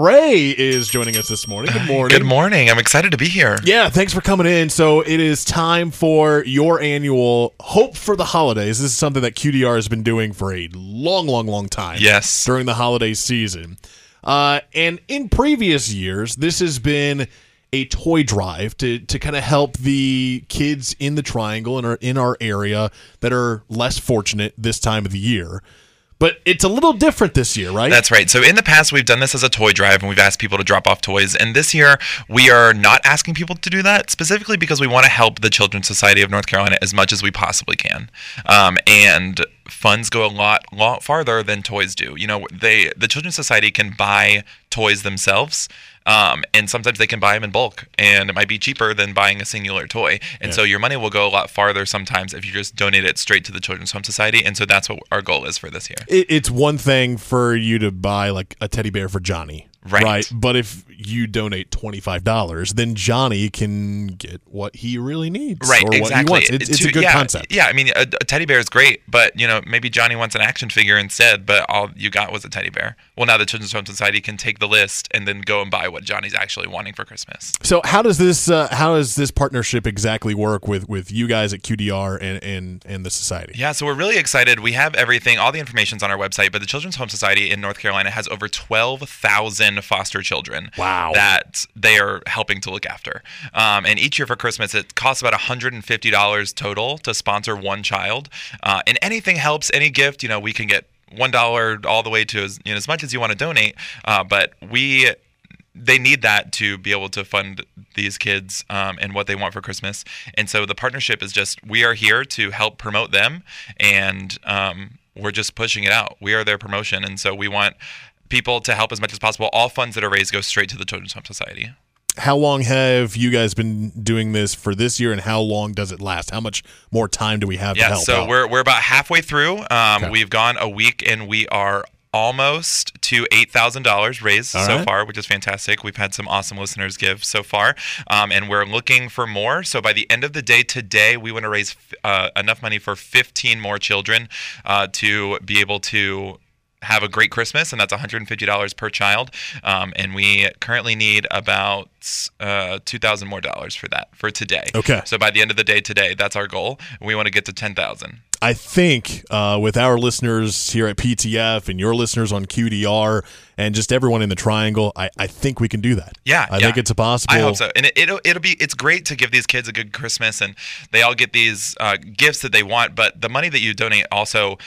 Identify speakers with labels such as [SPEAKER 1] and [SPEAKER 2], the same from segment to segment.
[SPEAKER 1] Gray is joining us this morning. Good morning.
[SPEAKER 2] Good morning. I'm excited to be here.
[SPEAKER 1] Yeah, thanks for coming in. So it is time for your annual Hope for the Holidays. This is something that QDR has been doing for a long, long, long time.
[SPEAKER 2] Yes.
[SPEAKER 1] During the holiday season. Uh, and in previous years, this has been a toy drive to, to kind of help the kids in the triangle and are in our area that are less fortunate this time of the year. But it's a little different this year, right?
[SPEAKER 2] That's right. So in the past, we've done this as a toy drive and we've asked people to drop off toys. And this year, we are not asking people to do that specifically because we want to help the Children's Society of North Carolina as much as we possibly can. Um, and funds go a lot, lot farther than toys do. You know, they the Children's Society can buy toys themselves. Um, and sometimes they can buy them in bulk, and it might be cheaper than buying a singular toy. And so your money will go a lot farther sometimes if you just donate it straight to the Children's Home Society. And so that's what our goal is for this year.
[SPEAKER 1] it, it's one thing for you to buy like a teddy bear for Johnny.
[SPEAKER 2] Right.
[SPEAKER 1] But if you donate twenty five dollars, then Johnny can get what he really needs.
[SPEAKER 2] right
[SPEAKER 1] Or what he
[SPEAKER 2] exactly
[SPEAKER 1] wants. It's, it's a
[SPEAKER 2] To-
[SPEAKER 1] good
[SPEAKER 2] yeah,
[SPEAKER 1] concept.
[SPEAKER 2] yeah i mean a, a teddy bear is great but you know maybe johnny wants an action figure instead but all you got was a teddy bear well now the children's home society can take the list and then go and buy what johnny's actually wanting for christmas
[SPEAKER 1] So how does this uh, how does this partnership exactly work with with you guys at QDR and and, and the society?
[SPEAKER 2] Yeah, so we're really excited. We have everything. All the information's on our website, but the Children's Home Society in North Carolina has over 12,000 foster children.
[SPEAKER 1] Wow.
[SPEAKER 2] That they are helping to look after. Um, and each year for Christmas, it costs about $150 total to sponsor one child. Uh, and anything helps, any gift, you know, we can get $1 all the way to as, you know, as much as you want to donate. Uh, but we they need that to be able to fund these kids um, and what they want for Christmas. And so the partnership is just we are here to help promote them, and um, we're just pushing it out. We are their promotion, and so we want people to help as much as possible. All funds that are raised go straight to the Children's Home Society.
[SPEAKER 1] How long have you guys been doing this for this year, and how long does it last? How much more time do we have to
[SPEAKER 2] Yeah,
[SPEAKER 1] help?
[SPEAKER 2] so
[SPEAKER 1] out?
[SPEAKER 2] we're we're about halfway through. Um, We've gone a week, and we are almost to eight thousand dollars raised
[SPEAKER 1] All
[SPEAKER 2] so
[SPEAKER 1] right.
[SPEAKER 2] far, which is fantastic. We've had some awesome listeners give so far, um, and we're looking for more. So by the end of the day today, we want to raise uh, enough money for fifteen more children uh, to be able to. Have a great Christmas, and that's $150 per child. Um, and we currently need about uh, $2,000 more dollars for that for today.
[SPEAKER 1] Okay.
[SPEAKER 2] So by the end of the day today, that's our goal. We want to get to 10,000.
[SPEAKER 1] I think uh, with our listeners here at PTF and your listeners on QDR and just everyone in the triangle, I, I think we can do that.
[SPEAKER 2] Yeah,
[SPEAKER 1] I
[SPEAKER 2] yeah.
[SPEAKER 1] think it's a possible.
[SPEAKER 2] I hope so. And it, it'll it'll be it's great to give these kids a good Christmas, and they all get these uh, gifts that they want. But the money that you donate also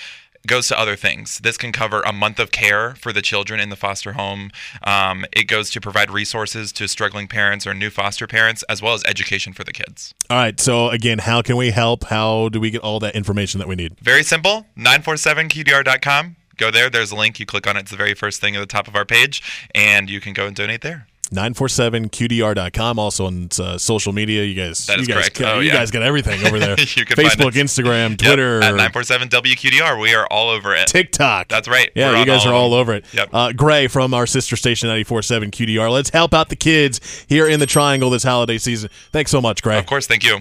[SPEAKER 2] goes to other things. This can cover a month of care for the children in the foster home. Um, it goes to provide resources to struggling parents or new foster parents, as well as education for the kids.
[SPEAKER 1] All right. So again, how can we help? How do we get all that information that we need?
[SPEAKER 2] Very simple. 947qdr.com. Go there. There's a link. You click on it. It's the very first thing at the top of our page, and you can go and donate there.
[SPEAKER 1] 947qdr.com. Also on uh, social media, you guys.
[SPEAKER 2] That is
[SPEAKER 1] you guys,
[SPEAKER 2] correct. Oh,
[SPEAKER 1] you
[SPEAKER 2] yeah.
[SPEAKER 1] guys got everything over there.
[SPEAKER 2] You can find
[SPEAKER 1] Facebook,
[SPEAKER 2] it.
[SPEAKER 1] Instagram,
[SPEAKER 2] Yep,
[SPEAKER 1] Twitter,
[SPEAKER 2] at 947 WQDR. We are all over it.
[SPEAKER 1] TikTok.
[SPEAKER 2] That's right.
[SPEAKER 1] Yeah,
[SPEAKER 2] We're
[SPEAKER 1] you
[SPEAKER 2] on
[SPEAKER 1] guys
[SPEAKER 2] all
[SPEAKER 1] are
[SPEAKER 2] of
[SPEAKER 1] all
[SPEAKER 2] them.
[SPEAKER 1] over it.
[SPEAKER 2] Yep.
[SPEAKER 1] Uh, Gray from our sister station 94.7 QDR. Let's help out the kids here in the Triangle this holiday season. Thanks so much, Gray.
[SPEAKER 2] Of course. Thank you.